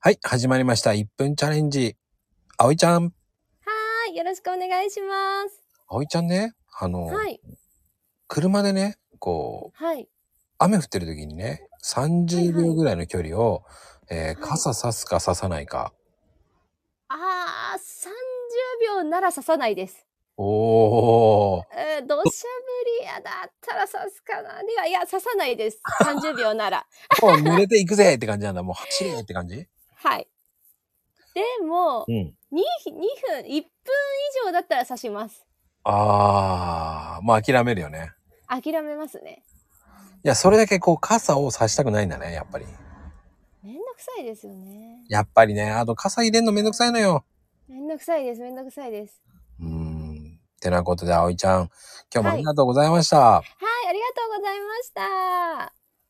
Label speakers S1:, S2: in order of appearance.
S1: はい、始まりました。1分チャレンジ。葵ちゃん。
S2: はーい、よろしくお願いします。
S1: 葵ちゃんね、あの、
S2: はい、
S1: 車でね、こう、
S2: はい、
S1: 雨降ってる時にね、30
S2: はいは
S1: 秒
S2: い
S1: ぐらいの距離を、えー
S2: い
S1: 傘さすかささないか。
S2: あー、三十秒なら刺さないです。
S1: おー、
S2: えー、土砂降りやだったら刺すかな、では、いや、刺さないです。三十秒なら、
S1: もう濡れていくぜって感じなんだ。もう走れって感じ
S2: はい。でも、
S1: うん。
S2: 二、二分、一分以上だったら刺します。
S1: あー、まあ諦めるよね。
S2: 諦めますね。
S1: いや、それだけこう傘を差したくないんだね、やっぱり。
S2: めんどくさいですよね。
S1: やっぱりね、あと傘入れんのめんどくさいのよ。
S2: めんどくさいです。めんどくさいです。
S1: うーん。てなことで、葵ちゃん、今日もあ
S2: はい
S1: りがとうございました。
S2: はい、ありがとうございました。